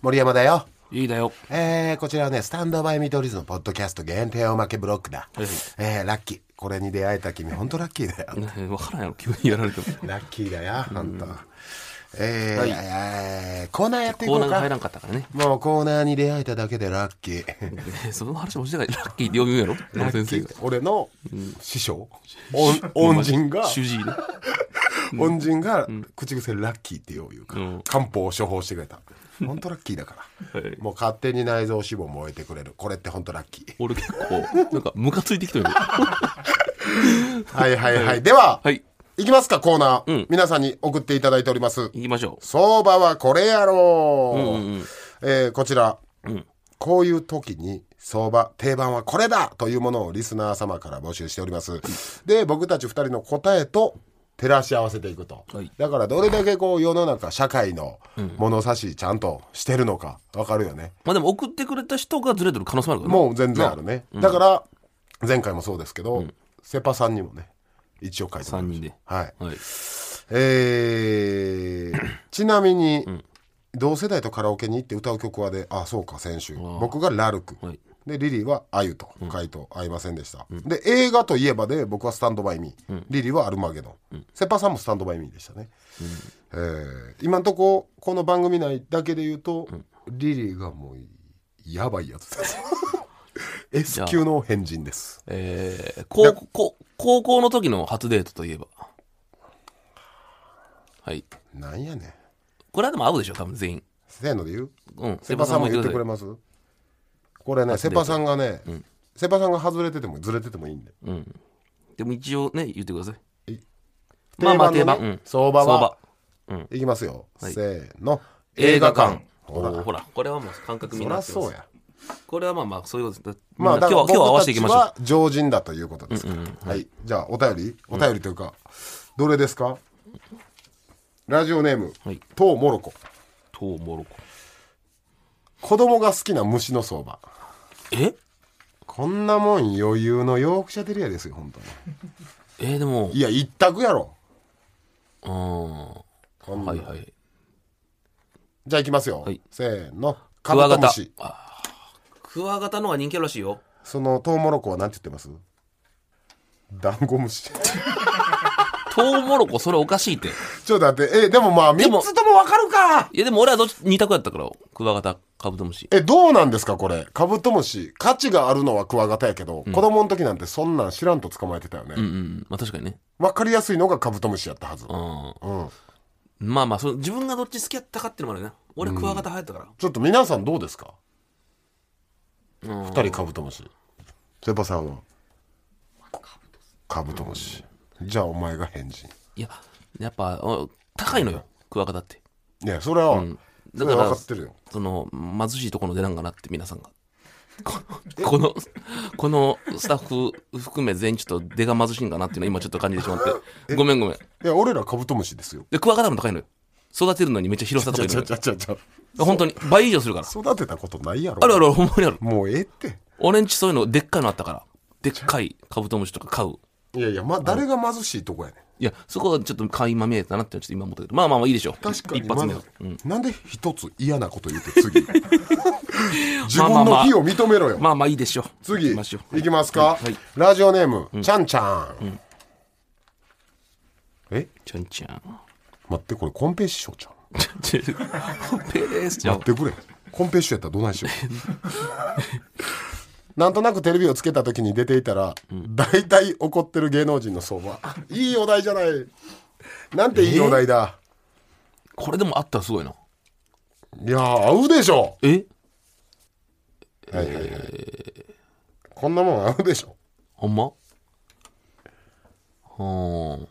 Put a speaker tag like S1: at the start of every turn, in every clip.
S1: 森山だよ。
S2: いいだよ。
S1: えー、こちらはね、スタンドバイ見取り図のポッドキャスト限定おまけブロックだ。えー、ラッキー。これに出会えた君、本当ラッキーだよ。
S2: ねわからんやろ、急にやられても。
S1: ラッキーだよ、本当。えー
S2: はい
S1: えーコーナーやってい
S2: コ
S1: こ
S2: ー
S1: う
S2: ナーが入ら
S1: か。
S2: んかったからね。
S1: もうコーナーに出会えただけでラッキー。
S2: ねその話もしてない。ラッキーって呼ぶんやろ野呂先生が。
S1: 俺の師匠、おん恩人が、
S2: 主治医ね。
S1: 恩人が口癖ラッキーってよう言うか
S2: う
S1: ら
S2: ん、
S1: 漢方を処方してくれた。本当ラッキーだ から。
S2: はい
S1: もう勝手に内臓脂肪燃えてくれる。これって本当ラッキー。
S2: 俺結構、なんか、ムカついてきたよ。
S1: はいはいはい。では、
S2: はい。
S1: いきますか、コーナー。
S2: うん
S1: 皆さんに送っていただいております。
S2: 行きましょ
S1: 相場はこれやろう、
S2: んうんうん
S1: えーこちら、
S2: ん
S1: こういう時に相場定番はこれだというものをリスナー様から募集しております、で僕たち2人の答えと照らし合わせていくと、
S2: はい
S1: だからどれだけこう世の中社会の物差しちゃんとしてるのかわかるよね、
S2: う。まあでも送ってくれた人がずれてる可能性もあるからね。
S1: もう全然あるね、だから前回もそうですけど、セパさんにもね一応書いてもらいました
S2: 三人で
S1: はい
S2: はい。
S1: えーちなみに、同世代とカラオケに行って歌う曲はであそうか先週僕が「ラルク」
S2: はい
S1: でリリーは「あゆ」と回答合いませんでした、で映画といえばで僕は「スタンドバイミー」リリーは「アルマゲドン」セパさんも「スタンドバイミー」でしたね、えー今んとここの番組内だけで言うと、リリーがもうやばいやつです S 級の変人です
S2: えー、高校、高校の時の初デートといえば。はい。
S1: なんやねん
S2: これはでも合うでしょ、多分全員。
S1: せーので言う
S2: うん。
S1: セパさんも言ってくれ
S2: ま
S1: ますこれねセパさんがね、セパさんが外れててもずれててもいいんで
S2: うん。でも一応ね、言ってください。
S1: 定番の、ね
S2: まあまあ定番うん
S1: 相場
S2: 相
S1: は
S2: 場
S1: いきますよ、せーの
S2: 映画館。
S1: ほ
S2: おー
S1: ら
S2: ほら、これはもう感覚み
S1: そ
S2: ん
S1: り
S2: な合
S1: ゃ
S2: ってます
S1: そうや
S2: これはまあまあ、そういうことで。
S1: ま
S2: ま
S1: あ
S2: あ、
S1: だ
S2: 今
S1: か
S2: 日
S1: ら僕
S2: は、今日は合わ
S1: た
S2: せてい
S1: ち
S2: きましょう。
S1: は常人だということですから、はいじゃあお便りお便りというか、どれですかラジオネーム、
S2: はい
S1: とうもろこ
S2: トウモロコ。
S1: 子供が好きな虫の相場
S2: え
S1: こんなもん余裕のヨークシャテリアですよ本当に
S2: えー、でも、
S1: いや一択やろ
S2: うー
S1: こん
S2: ん。
S1: な
S2: はいはい。
S1: じゃあいきますよ。
S2: はい
S1: せーの。カ
S2: ク
S1: ブ
S2: ワ
S1: ト
S2: ガ
S1: ム
S2: タ
S1: シ。。
S2: あークワガタの方が人気あるらしいよ。
S1: そのトウモロコはなんて言ってますダンゴムシ。
S2: トウモロコ、それおかしいって。
S1: ちょっと待って。え、でもまあ
S2: でも
S1: 3つともわかるか
S2: いや、でも俺はどっち、二択やったから、クワガタ、カブトムシ。
S1: え、どうなんですかこれ。カブトムシ。価値があるのはクワガタやけど、子供の時なんてそんなん知らんと捕まえてたよ
S2: うんう
S1: ね。
S2: ん。まあ確かにね。
S1: わかりやすいのがカブトムシやったはず。
S2: うん。
S1: うん。
S2: まあまあ、その自分がどっち好きやったかっていうのもあるよね。俺、クワガタ流行ったから。
S1: ちょっと皆さんどうですか
S2: うん
S1: 二人カブトムシ。セパさんはカブトムシ。じゃあお前が変人。
S2: いや、やっぱ、お高いのよ、クワガタって。
S1: いや、それは、そ
S2: だ
S1: れは分
S2: か
S1: か
S2: ら
S1: ってるよ。
S2: その、貧しいところの出なんかなって、皆さんが。 この、このスタッフ含め全員ちょっと出が貧しいんかなっていうのを今ちょっと感じてしまって。ごめんごめん。
S1: いや、俺らカブトムシですよ。
S2: で、クワガタも高いのよ。育てるのにめっちゃ広さと
S1: ち
S2: か
S1: ゃ
S2: いる
S1: ち
S2: の
S1: ゃ
S2: よ
S1: ちゃちゃちゃ。
S2: 本当に、倍以上するから。
S1: 育てたことないやろ。
S2: あるあるある、ほんまにある。
S1: もうええって。
S2: 俺んちそういうのでっかいのあったから。でっかいカブトムシとか買う。
S1: いやいや、まあ、誰が貧しいとこやねん。
S2: いや、そこはちょっと買いまみえたなってちょっと今思ったけど。まあまあまあいいでしょう。
S1: 確かに
S2: 一発目
S1: ま
S2: は
S1: ず。なんで一つ嫌なこと言って 次。 自分
S2: まあま
S1: の
S2: あ
S1: 非を認めろよ。
S2: まあまあいいでしょう。
S1: 次、
S2: 行きましょう。
S1: いきますか
S2: はい。
S1: ラジオネーム、ちゃんちゃん。え
S2: ちゃんちゃん。
S1: 待って、これ、コンペ師匠ちゃん。
S2: ちょっと ペレースちゃん
S1: 待ってくれ。コンペ師匠やったらどないしよう。なんとなくテレビをつけた時に出ていたら、大体怒ってる芸能人の相場。いいお題じゃない。なんていいお題だ。
S2: これでもあったらすごいな。
S1: いやー、合うでしょ。
S2: え
S1: はいはいはい。こんなもん合うでしょ。
S2: ほんまはあ。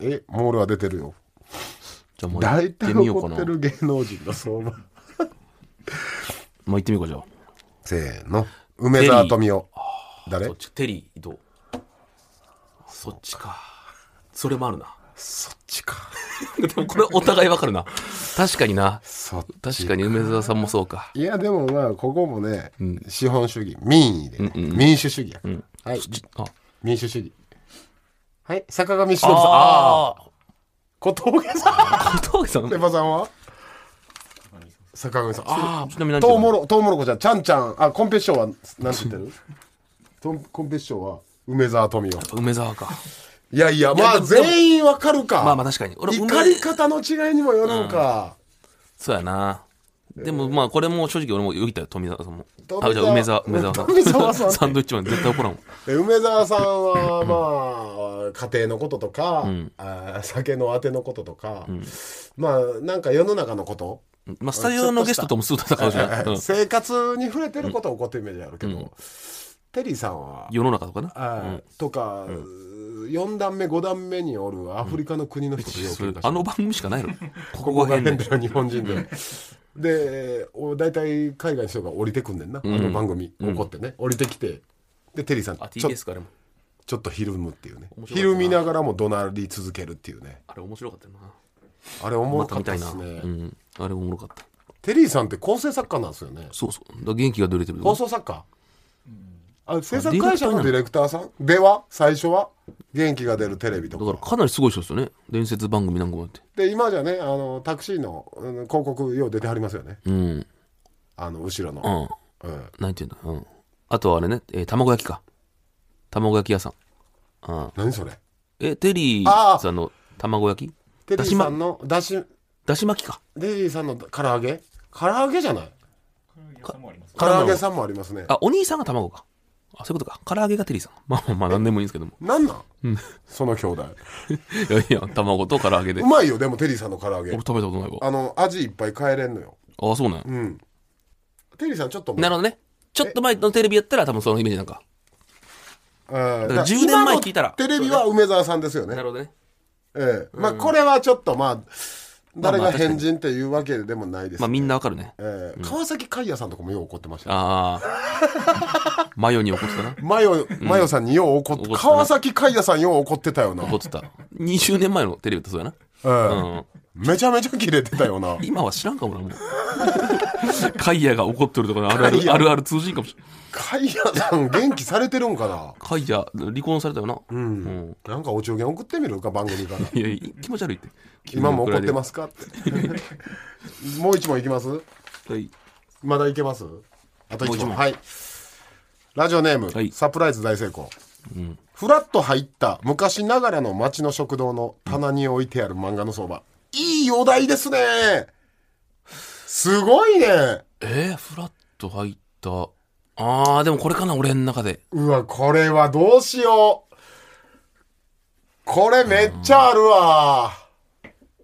S1: え、もう俺は出てるよ。
S2: じゃあもう行
S1: 大
S2: って
S1: 体
S2: みよう
S1: 怒
S2: かな
S1: って。る芸能人の相場。
S2: もう行ってみようかじゃあ。
S1: せーの。梅沢富美男。誰
S2: そっち、テリー移動。そっちか。それもあるな。
S1: そっちか。
S2: でもこれお互いわかるな。確かにな。
S1: そっ
S2: 確かに梅沢さんもそうか。
S1: いやでもまあここもね、資本主義民意でね、民主主義や、はい
S2: あ
S1: 民主主義はい坂上忍さんああ
S2: あ
S1: 小峠さん
S2: ー。小峠さん
S1: レバさんは坂上さんあ
S2: ああ、ちなみに
S1: あ
S2: 何て
S1: ト
S2: 言
S1: ウ
S2: う
S1: モ
S2: の
S1: ロトウモロコちゃんちゃんちゃんあコンペ師匠はなんて言ってるトンコンペ師匠は梅沢富美男
S2: 梅沢か。
S1: いやいやまあ
S2: でもでも
S1: 全員わかるか
S2: まあまあ確かに俺
S1: 怒り方の違いにもよるんか、
S2: そうやな。でもまあこれも正直俺もよぎったよ、富澤さんも
S1: 富。澤
S2: あ、じゃあ梅沢、梅沢さん。
S1: 富澤さん
S2: サンドイッチマン絶対怒らんもん。
S1: で梅沢さんはまあ家庭のこととか、あー酒のあてのこととか、まあなんか世の中のこと、
S2: まあスタジオのゲストともすぐ戦うじゃん。 うん
S1: 生活に触れてることを怒ってるイメージあるけど、テリーさんは、
S2: 世の中とかな。
S1: あーとか、4段目5段目におるアフリカの国の人とよ
S2: そ
S1: く
S2: れ
S1: 喧嘩して
S2: あの番組しかないの。 ここ
S1: ここ
S2: が
S1: が
S2: 変で
S1: 変だ。よ日本人で。でお大体海外の人が降りてくんねんな、あの番組怒ってね降りてきてでテリーさん
S2: あ、
S1: ちょ
S2: TBS か、あれも。
S1: ちょっとひるむっていうね
S2: 面白かったな
S1: ひるみながらも怒鳴り続けるっていうね
S2: あれ面白かったよな。
S1: あれおもろ
S2: また
S1: かっ
S2: 見
S1: たで
S2: たいな。
S1: す
S2: う
S1: ね、
S2: ん。あれおもろかった。
S1: テリーさんって構成作家なんですよね
S2: そうそう。だから元気が出れてる。
S1: 放送作家、あ制作会社のディレクターさんでは最初は元気が出るテレビと
S2: だから
S1: か
S2: かなりすごい人ですよね。伝説番組なんかもあって。
S1: で今じゃねあのタクシーの、うん広告よう出てはりますよね
S2: うん。
S1: あの後ろ
S2: う
S1: の、
S2: ん。
S1: うん
S2: なんていうんだ。うん。あとはあれね、えー卵焼きか。卵焼き屋さん。うん。
S1: 何それ
S2: え、テリ
S1: あ
S2: ー
S1: ー
S2: さんの卵焼き
S1: テリーさんのだし
S2: だし巻きか。
S1: テリーさんの唐揚げ唐揚げじゃない
S3: さんもあります
S1: 唐揚げさんもありますね
S2: あ、お兄さんが卵か。あ、そういうことか。唐揚げがテリーさん。まあまあまあ、なんでもいいんですけど も。
S1: なんなん、その兄弟
S2: いやいや、卵と唐揚げで。
S1: う
S2: 俺
S1: まいよでもテリーさんの唐揚げ
S2: 食べたことないわ。
S1: あの、味いっぱい変えれんのよ。
S2: あ、そうなんや。
S1: うん。テリーさんちょっともう
S2: なるほどね。ちょっと前のテレビやったら多分そのイメージなんか。
S1: うん
S2: だから10年前聞いたら
S1: 今のテレビは梅沢さんですよね
S2: な。るほどね。
S1: ええ。まあ、これはちょっとまあ、誰
S2: まあ
S1: が
S2: まあ確かに
S1: 変人っていうわけでもないです。
S2: まあみんなわかるね。
S1: ええ川崎海也さんとかもよう怒ってましたよ。
S2: ああ。マヨに怒ってたな。
S1: マヨ、マヨさんによう怒って、
S2: 怒ってたな
S1: 川崎海也さんよう怒ってたよな。
S2: 怒ってた。20年前のテレビってそうやな。
S1: え
S2: うん。
S1: え。めちゃめちゃ切れてたよ な。
S2: 今は知らんかもな、もう。カイヤが怒ってるとかねあるあ
S1: カイヤ
S2: る、あるある通じんかもしれん。
S1: 海也さん元気されてるんかな
S2: カイヤ、離婚されたよな。うん。
S1: なんかお中元送ってみるか、番組 から。
S2: いやいや、気持ち悪いって。。
S1: 今も怒ってますすかって。 もう一問いきます
S2: はい。
S1: まだいけますあと1
S2: もう
S1: 問
S2: 一問
S1: はいラジオネーム、
S2: はい
S1: サプライズ大成功、フラッと入った昔ながらの町の食堂の棚に置いてある漫画の相場いいお題ですねすごいね
S2: えー、フラッと入った。あー、でもこれかな、俺の中で。
S1: うわこれはどうしようこれめっちゃあるわ、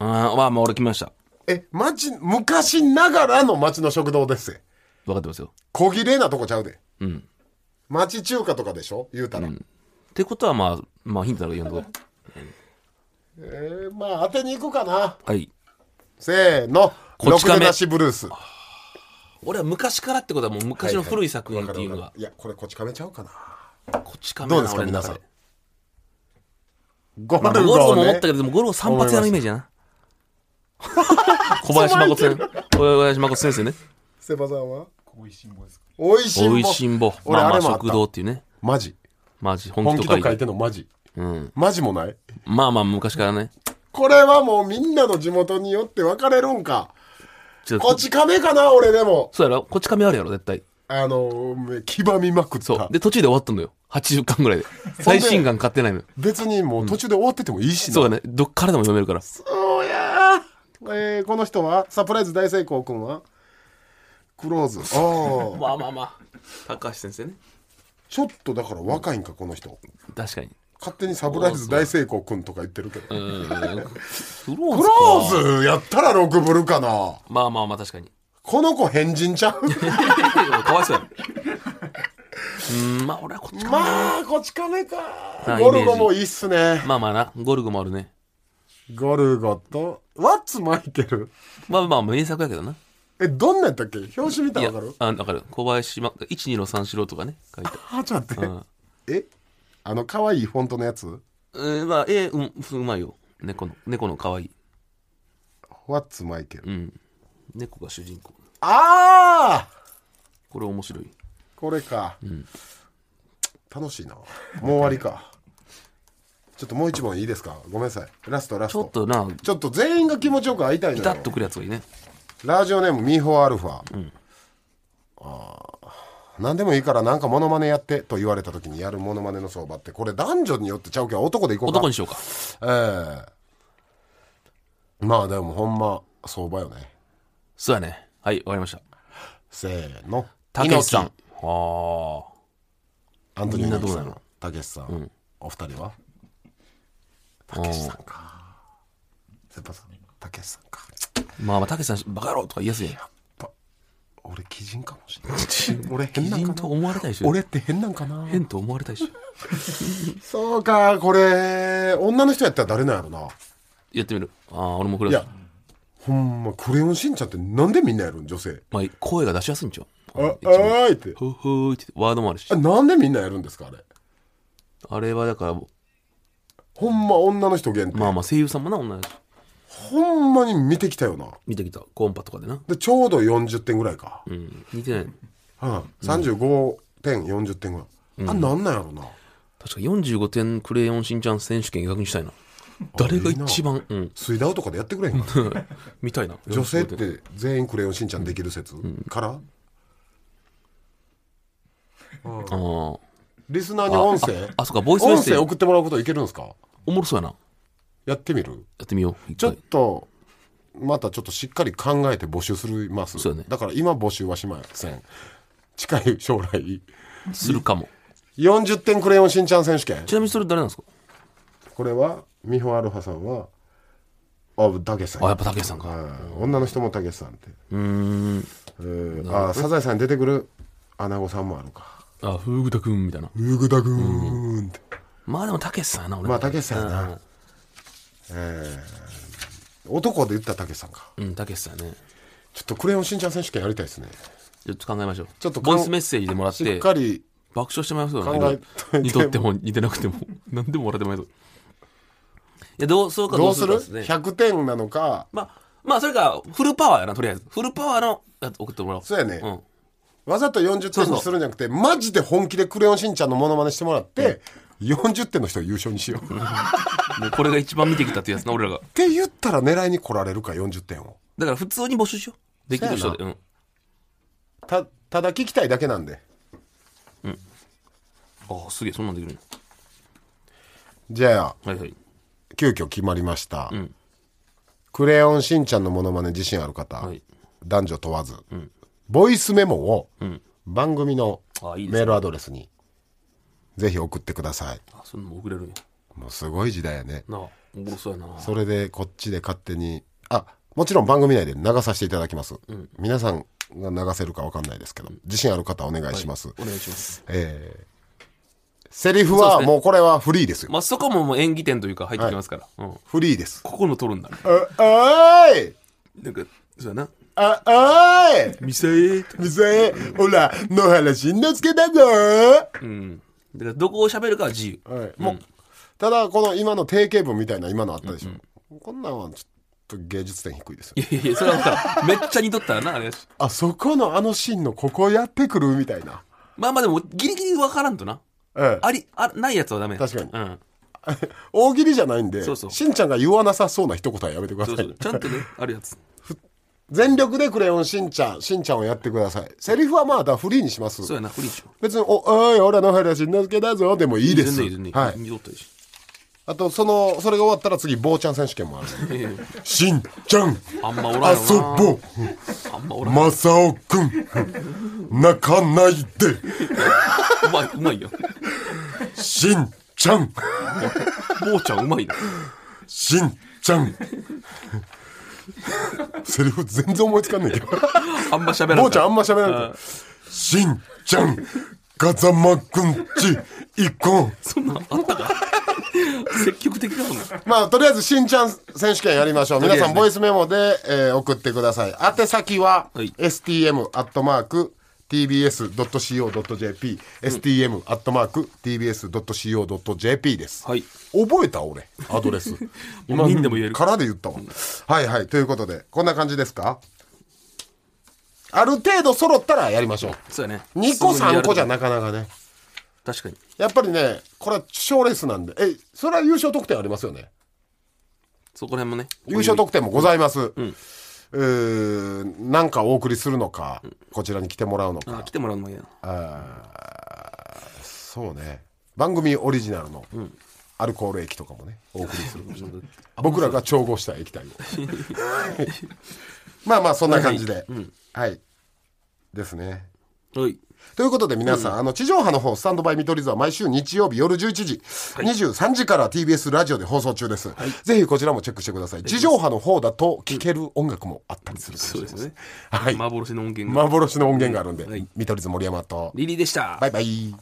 S2: あー、まあまあ、俺来ました。
S1: え町昔ながらの町の食堂ですよ
S2: 分かってますよ。
S1: 小綺麗なとこちゃうで
S2: うん。
S1: 町中華とかでしょ言うたら、
S2: ってことは、まあ、まあ、ヒントだろ、読んどこ
S1: えーまあ当てに行くかな
S2: うはい。
S1: せーの、
S2: こ
S1: ろ
S2: ち
S1: くで
S2: 亀
S1: なしブルース。
S2: 俺は昔からってことは、もう昔の古い作品っていうの
S1: わ
S2: が
S1: かるわか、るいや、これこち亀ちゃうかな。
S2: こっちかめ
S1: ど
S2: な
S1: うですか、
S2: 俺の
S1: 皆
S2: 中
S1: さん
S2: で。
S1: ゴ
S2: まあ、
S1: ルゴ
S2: でもゴローも
S1: ね
S2: 思ったけど、でもゴロー散髪屋のイメージやな。小林誠先生。小林誠先生ね。
S1: セバさんは
S3: こういう辛抱ですか
S1: おいしんぼ。
S2: おいしんぼ。
S1: 俺、
S2: まあ
S1: あ
S2: まあ、
S1: れもあっ
S2: 食堂
S1: た。
S2: っていうね。
S1: マジ。
S2: マジ、本
S1: 本
S2: 気
S1: 気
S2: と
S1: と
S2: 書
S1: 書
S2: い
S1: い
S2: て。
S1: てんのマジ。
S2: うん。
S1: マジもない
S2: まあまあ、昔からね。
S1: これはもうみんなの地元によって分かれるんか。
S2: ちょっと
S1: こち亀かな、俺でも。
S2: そうやろこっち亀あるやろ、絶対。
S1: あの、め黄ばみまくっ
S2: そう
S1: た。。
S2: で、途中で終わったのよ。80巻ぐらいで。最新巻買ってないのよ。
S1: 別にもう途中で終わっててもいいしな
S2: そうだね。どっからでも読めるから。
S1: そうやー、えーこの人はサプライズ大成功君はクローズ。ああ。
S2: まあまあまあ。高橋先生ね。
S1: ちょっとだから若いんかこの人
S2: 確かに。
S1: 勝手にサプライズ大成功くんとか言ってるけどク
S2: うん。クロ
S1: ロ
S2: ーズか
S1: ーズやったらロクブルかな
S2: まあまあまあ、確かに。
S1: この子変人ちゃう
S2: かわいそうやろ。うん、まあ俺はこっちか。
S1: まあこち亀か
S2: あ
S1: ゴルゴ
S2: イメージ
S1: もいいっすね
S2: まあまあな。ゴルゴもあるね。
S1: ゴルゴとワッツマイケル
S2: まあまあ、名作やけどな。
S1: えどんなんやったっけ表紙見た
S2: い
S1: ら
S2: や
S1: わかる、
S2: あ、わかる。小林ま、一二の三四郎とかね、書いてある。
S1: あちょっと待
S2: うん
S1: ってえあの可愛いフォントのやつ
S2: うん、まあ、えー、うん、ふうまいよ。猫の、猫の可愛い。
S1: ワッツマイケル、
S2: うん。猫が主人公。
S1: ああ
S2: これ面白い。
S1: これか、楽しいなもう終わりかちょっともう一問いいですかごめんなさいラストラス
S2: ちょ
S1: ト
S2: っとな、
S1: ちょっと全員が気持ちよく会いたい
S2: ピ
S1: の
S2: タ
S1: よ
S2: ッとくるやつがいいね。
S1: ラジオネームミーホーアルファ、あー何でもいいからなんかモノマネやってと言われた時にやるモノマネの相場ってこれ男女によってちゃうけど男でいこうか
S2: 男にしようか。
S1: ええまあでもほんま相場よね
S2: そうやね。はい、わかりました。
S1: せーの
S2: たけしさん。あ
S1: 猪
S2: あー。
S1: 木アントニオ猪木さ
S2: みんなどうなんの
S1: たけしさん、お二人はたけしさんかセパさんたけしさんか
S2: まあまあ、たけしさん、バカ野郎とか言いやすいやん。
S1: やっぱ俺鬼人かもしれ ない俺変なん
S2: 人
S1: か
S2: と
S1: な
S2: 思われたいし。
S1: 俺って変なんかな
S2: 変と思われたいし。
S1: そうかこれ女の人やったら誰なんやろな
S2: やってみる。ああ、俺もこれ。
S1: いやほんまクレヨンしんちゃんってなんでみんなやるん女性
S2: まあ、声が出しやすいんちゃ
S1: あ
S2: う
S1: あーいって
S2: ふうふーってワードもあるし
S1: あ。なんでみんなやるんですかあれ
S2: あれはだから、
S1: ほんま女の人限定、
S2: まあまあ声優さんもな、女の子
S1: ほんまに見てきたよな
S2: 見てきた。コンパとかでな。
S1: でちょうど40点ぐらいか、
S2: うん。似てない。
S1: うん35点40点ぐらい、あなんなんやろな
S2: 確か45点クレヨンしんちゃん選手権逆にしたいな。誰が一番、うん、
S1: 水ダウとかでやってくれへん かな
S2: みたいな。
S1: 女性って全員クレヨンしんちゃんできる説から
S2: ああ。
S1: リスナーに音声
S2: ああそうかボイスメッセージ
S1: 音声送ってもらうこといけるんですか
S2: おもろそうやな。や
S1: やってみる
S2: ってみよう。
S1: ちょっと、またちょっとしっかり考えて募集するます。
S2: そうね
S1: だから今募集はしません。近い将来。
S2: と。するかも。
S1: 40点クレヨンしんちゃん選手権
S2: ち。なみにそれ誰なんですか
S1: これは、美穂アルファさんは、あ、たけしさん。
S2: あ、やっぱたけしさんか。
S1: はい女の人もたけしさんって。
S2: うーん。
S1: うんあ、サザエさんに出てくる穴子さんもあるか。
S2: あ、ふぐたくんみたいな。
S1: うぐだぐーんって。
S2: まあでもたけしさんやな、俺。
S1: まあ、たけしさんや
S2: う
S1: な。えー男で言ったらたけしさんか。
S2: うん、たけしさんやね。
S1: ちょっとクレヨンしんちゃん選手権やりたいですね。
S2: ちょっと考えましょう。
S1: ちょっとかん
S2: ボイスメッセージでもらっ、
S1: しってかり
S2: 爆笑してもらいますよ
S1: 考えといて
S2: 似とっても似てなくても。 何でも笑ってもらえそう。いや、どう、そうか
S1: どうする
S2: かですね
S1: ?100 点なのか、
S2: まあ、まあ、それか、フルパワーやな、とりあえず。フルパワーのやつ送ってもらおう。
S1: そうやね
S2: うん。
S1: わざと40
S2: そ
S1: 点
S2: うそう
S1: にするんじゃなくて、マジで本気でクレヨンしんちゃんのモノマネしてもらって、40点の人を優勝にしよう。っ
S2: もうこれが一番見てきたってやつな、俺らが。
S1: て言ったら狙いに来られるか、40点を。
S2: だから普通に募集しよう。できる人で。
S1: そ
S2: うん。
S1: た、ただ聞きたいだけなんで。
S2: ああ、すげえ、そんなんできるんや
S1: じゃあ、
S2: はいはい。
S1: 急遽決まりました。
S2: ん
S1: クレヨンしんちゃんのモノマネ自信ある方、
S2: はい
S1: 男女問わず、ボイスメモを
S2: ん
S1: 番組の
S2: あいいですね
S1: メールアドレスに、ぜひ送ってください。
S2: あ、そんなもん送れるんや。
S1: もうすごい時代やね。
S2: なあ、おもろそうやな。
S1: それでこっちで勝手にあもちろん番組内で流させていただきます、皆さんが流せるか分かんないですけど自信ある方お願いします、
S2: お願いします。
S1: えーセリフ
S2: そう
S1: は
S2: ですね
S1: もうこれはフリーですよ
S2: まあ、そこももう演技点というか入ってきますから。うん。
S1: フリーです
S2: ここの取るんだ。
S1: ああーい
S2: なんか、そうやな。
S1: ああーい
S2: ミサエ
S1: みせえほら野原しんのすけだぞー、
S2: うん。だから、どこを喋るかは自由。
S1: はい、もう、ただこの今の定型文みたいな今のあったでしょ、こんなんはちょっと芸術点低いですよ
S2: いやいやいや、それは分からん。めっちゃ似とったらな、あれやし。
S1: あそこのあのシーンのここやってくるみたいな
S2: まあまあでも、ギリギリ分からんとな。
S1: ええ
S2: あり、あ、ないやつはダメ。
S1: 確かに
S2: うん。
S1: 大喜利じゃないんで
S2: そうそう
S1: しんちゃんが言わなさそうな一言はやめてくださ
S2: そ
S1: いう
S2: そう。ちゃんとね、あるやつ。
S1: 全力でクレヨンしんちゃんしんちゃんをやってくださいセリフはまあだからフリーにします
S2: そうやな、フリーでしょ。
S1: 別に「おおい俺の原しんのすけだぞ」でもいいです
S2: 全然全然
S1: はい、
S2: 似とったでし
S1: あとそのそれが終わったら次坊ちゃん選手権もある
S2: ょ。いやいや
S1: しんちゃん遊
S2: あんまおらんよな。
S1: ぼ
S2: あんまお
S1: う
S2: らん。
S1: まさおくん泣かないで
S2: うまい、うまいよ。
S1: しんちゃん
S2: 坊ちゃんうまいな。
S1: しんちゃ んセリフ全然思いつかんねんけど
S2: あんま喋らん。
S1: 坊ちゃんあんま喋らないしんちゃん風間くんち行こう
S2: そんなんあったか積極的だもんな。
S1: まあとりあえずしんちゃん選手権やりましょう
S2: りあえ
S1: 皆
S2: ずね
S1: さんボイスメモで、えー送ってください宛先は、
S2: はい
S1: stm アットマーク tbs.co.jp stm アットマーク tbs.co.jp です、
S2: はい
S1: 覚えた俺アドレス
S2: もう任でも言える
S1: からで言ったわ、はいはいということでこんな感じですかある程度揃ったらやりましょう
S2: そうやね。
S1: 2個3個じゃ
S2: ない。
S1: なかなかね
S2: 確かに。
S1: やっぱりねこれは賞レースなんでえそれは優勝得点ありますよね
S2: そこら辺もね。
S1: 優勝得点もございます、えーなんかお送りするのか、こちらに来てもらうのか
S2: あ、来てもらうのもいいや
S1: あーそうね番組オリジナルのアルコール液とかもねお送り するかもしれない僕らが調合した液体を まあまあそんな感じではい、ですね
S2: はい
S1: ということで皆さん、あの地上波の方スタンドバイ見取り図は毎週日曜日夜11時、23時から TBS ラジオで放送中です、ぜひこちらもチェックしてください地上波の方だと聴ける音楽もあったりするかもし
S2: そ
S1: れ
S2: う
S1: な
S2: で
S1: い
S2: すね
S1: はい
S2: 幻の音源が
S1: 幻の音源があるんで、
S2: はい
S1: 見取り図森山と
S2: リリーでした
S1: バイバイ